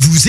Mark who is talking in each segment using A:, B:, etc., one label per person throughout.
A: Vous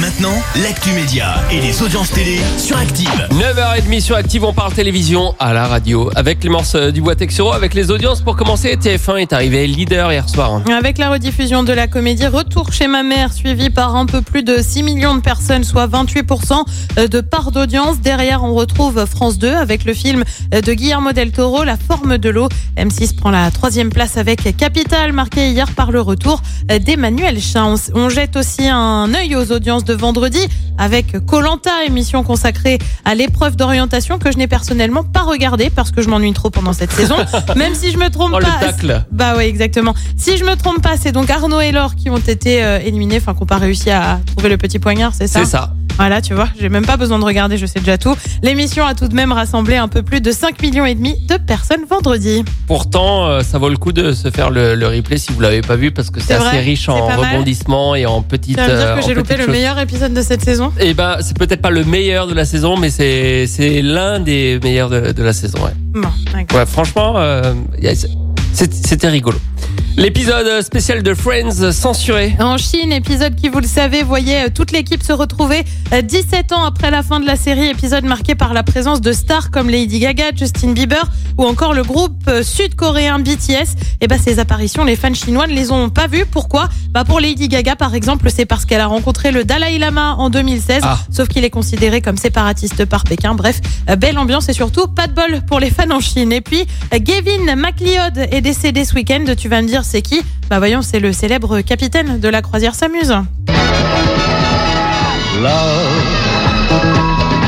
A: maintenant, l'actu média et les audiences télé sur Active.
B: 9h30 sur Active, on parle télévision à la radio avec Clémence dubois texero avec les audiences pour commencer. TF1 est arrivé leader hier soir. hein.
C: Avec la rediffusion de la comédie Retour chez ma mère, suivie par un peu plus de 6 millions de personnes, soit 28% de part d'audience. Derrière, on retrouve France 2 avec le film de Guillermo del Toro, La forme de l'eau. M6 prend la troisième place avec Capital, marqué hier par le retour d'Emmanuel Chin. On jette aussi un œil aux audiences de vendredi avec Colanta, émission consacrée à l'épreuve d'orientation que je n'ai personnellement pas regardée parce que je m'ennuie trop pendant cette saison. Même si je me trompe
B: Oh le
C: pas,
B: tacle
C: bah ouais, exactement. Si je me trompe pas, c'est donc Arnaud et Laure qui ont été euh, éliminés, enfin qu'on pas réussi à trouver le petit poignard, c'est ça
B: C'est ça.
C: Voilà, tu vois, j'ai même pas besoin de regarder, je sais déjà tout. L'émission a tout de même rassemblé un peu plus de 5 millions et demi de personnes vendredi.
B: Pourtant, euh, ça vaut le coup de se faire le, le replay si vous l'avez pas vu parce que c'est
C: C'est
B: assez
C: vrai,
B: riche
C: c'est
B: en
C: pas mal.
B: rebondissements et en petites.
C: Ça veut dire que j'ai loupé le
B: meilleur.
C: meilleur épisode de cette saison
B: Eh ben, c'est peut-être pas le meilleur de la saison, mais c'est c'est l'un des meilleurs de, de la saison. Ouais.
C: Bon, d'accord.
B: Ouais, franchement, euh, y a- c'est- c'était rigolo. L'épisode spécial de Friends censuré.
C: Hein, En Chine, épisode qui, vous le savez, voyait euh, toute l'équipe se retrouver euh, 17 ans après la fin de la série, épisode marqué par la présence de stars comme Lady Gaga, Justin Bieber ou encore le groupe euh, sud-coréen BTS. Et ben ces apparitions, les fans chinois ne les ont pas vues. Pourquoi Bah pour Lady Gaga, par exemple, c'est parce qu'elle a rencontré le Dalai Lama en 2016,
B: Ah.
C: sauf qu'il est considéré comme séparatiste par Pékin. Bref, euh, belle ambiance et surtout pas de bol pour les fans en Chine. Et puis, euh, Gavin McLeod est décédé ce week-end. Tu vas me dire, c'est qui bah voyons, c'est le célèbre capitaine de la croisière s'amuse. Ah,
D: love.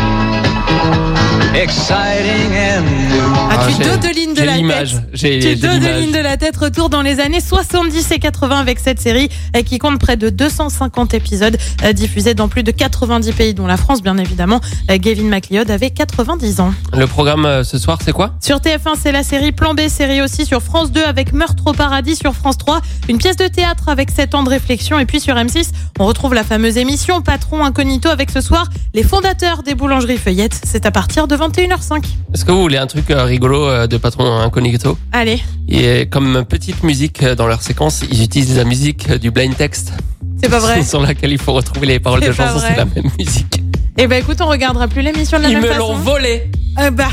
D: Exciting and new.
C: Ah, tu
B: j'ai-
C: deux de lignes de
B: J'ai
C: la
B: l'image.
C: tête.
B: J'ai
C: Tu
B: j'ai
C: deux de
B: l'image.
C: lignes de la tête, retour dans les années 70 et 80 avec cette série euh, qui compte près de 250 épisodes euh, diffusés dans plus de 90 pays, dont la France bien évidemment. Euh, Gavin McLeod avait 90 ans.
B: Le programme euh, ce soir, c'est quoi
C: Sur TF1, c'est la série Plan B, série aussi sur France 2 avec Meurtre au paradis sur France 3, une pièce de théâtre avec 7 ans de réflexion et puis sur M6, on retrouve la fameuse émission Patron Incognito avec ce soir les fondateurs des boulangeries feuillettes. C'est à partir de 21h05.
B: Est-ce que vous voulez un truc euh, rigolo euh, de patron incognito
C: Allez,
B: Et comme petite musique euh, dans leur séquence, ils utilisent la musique euh, du blind text.
C: c'est pas vrai.
B: Sur laquelle il faut retrouver les paroles
C: C'est
B: de
C: pas
B: chansons,
C: vrai.
B: c'est la même musique.
C: Eh ben écoute, on regardera plus l'émission de la
B: Ils
C: même
B: me l'ont
C: façon.
B: volé.
C: Ah bah,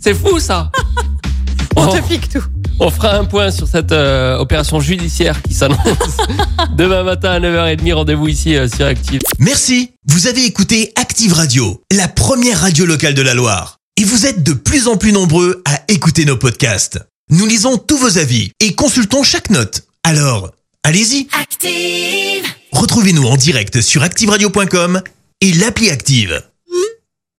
B: C'est fou ça.
C: on
B: Oh.
C: te pique tout.
B: On fera un point sur cette euh, opération judiciaire qui s'annonce demain matin à 9h30. Rendez-vous ici euh, sur Active.
A: Merci. Vous avez écouté Active Radio, la première radio locale de la Loire. Et vous êtes de plus en plus nombreux à écouter nos podcasts. Nous lisons tous vos avis et consultons chaque note. Alors, allez-y,
E: Active.
A: retrouvez-nous en direct sur activeradio.com et l'appli Active.